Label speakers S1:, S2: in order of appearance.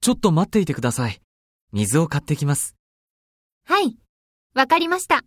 S1: ちょっと待っていてください。水を買ってきます。
S2: はい。わかりました。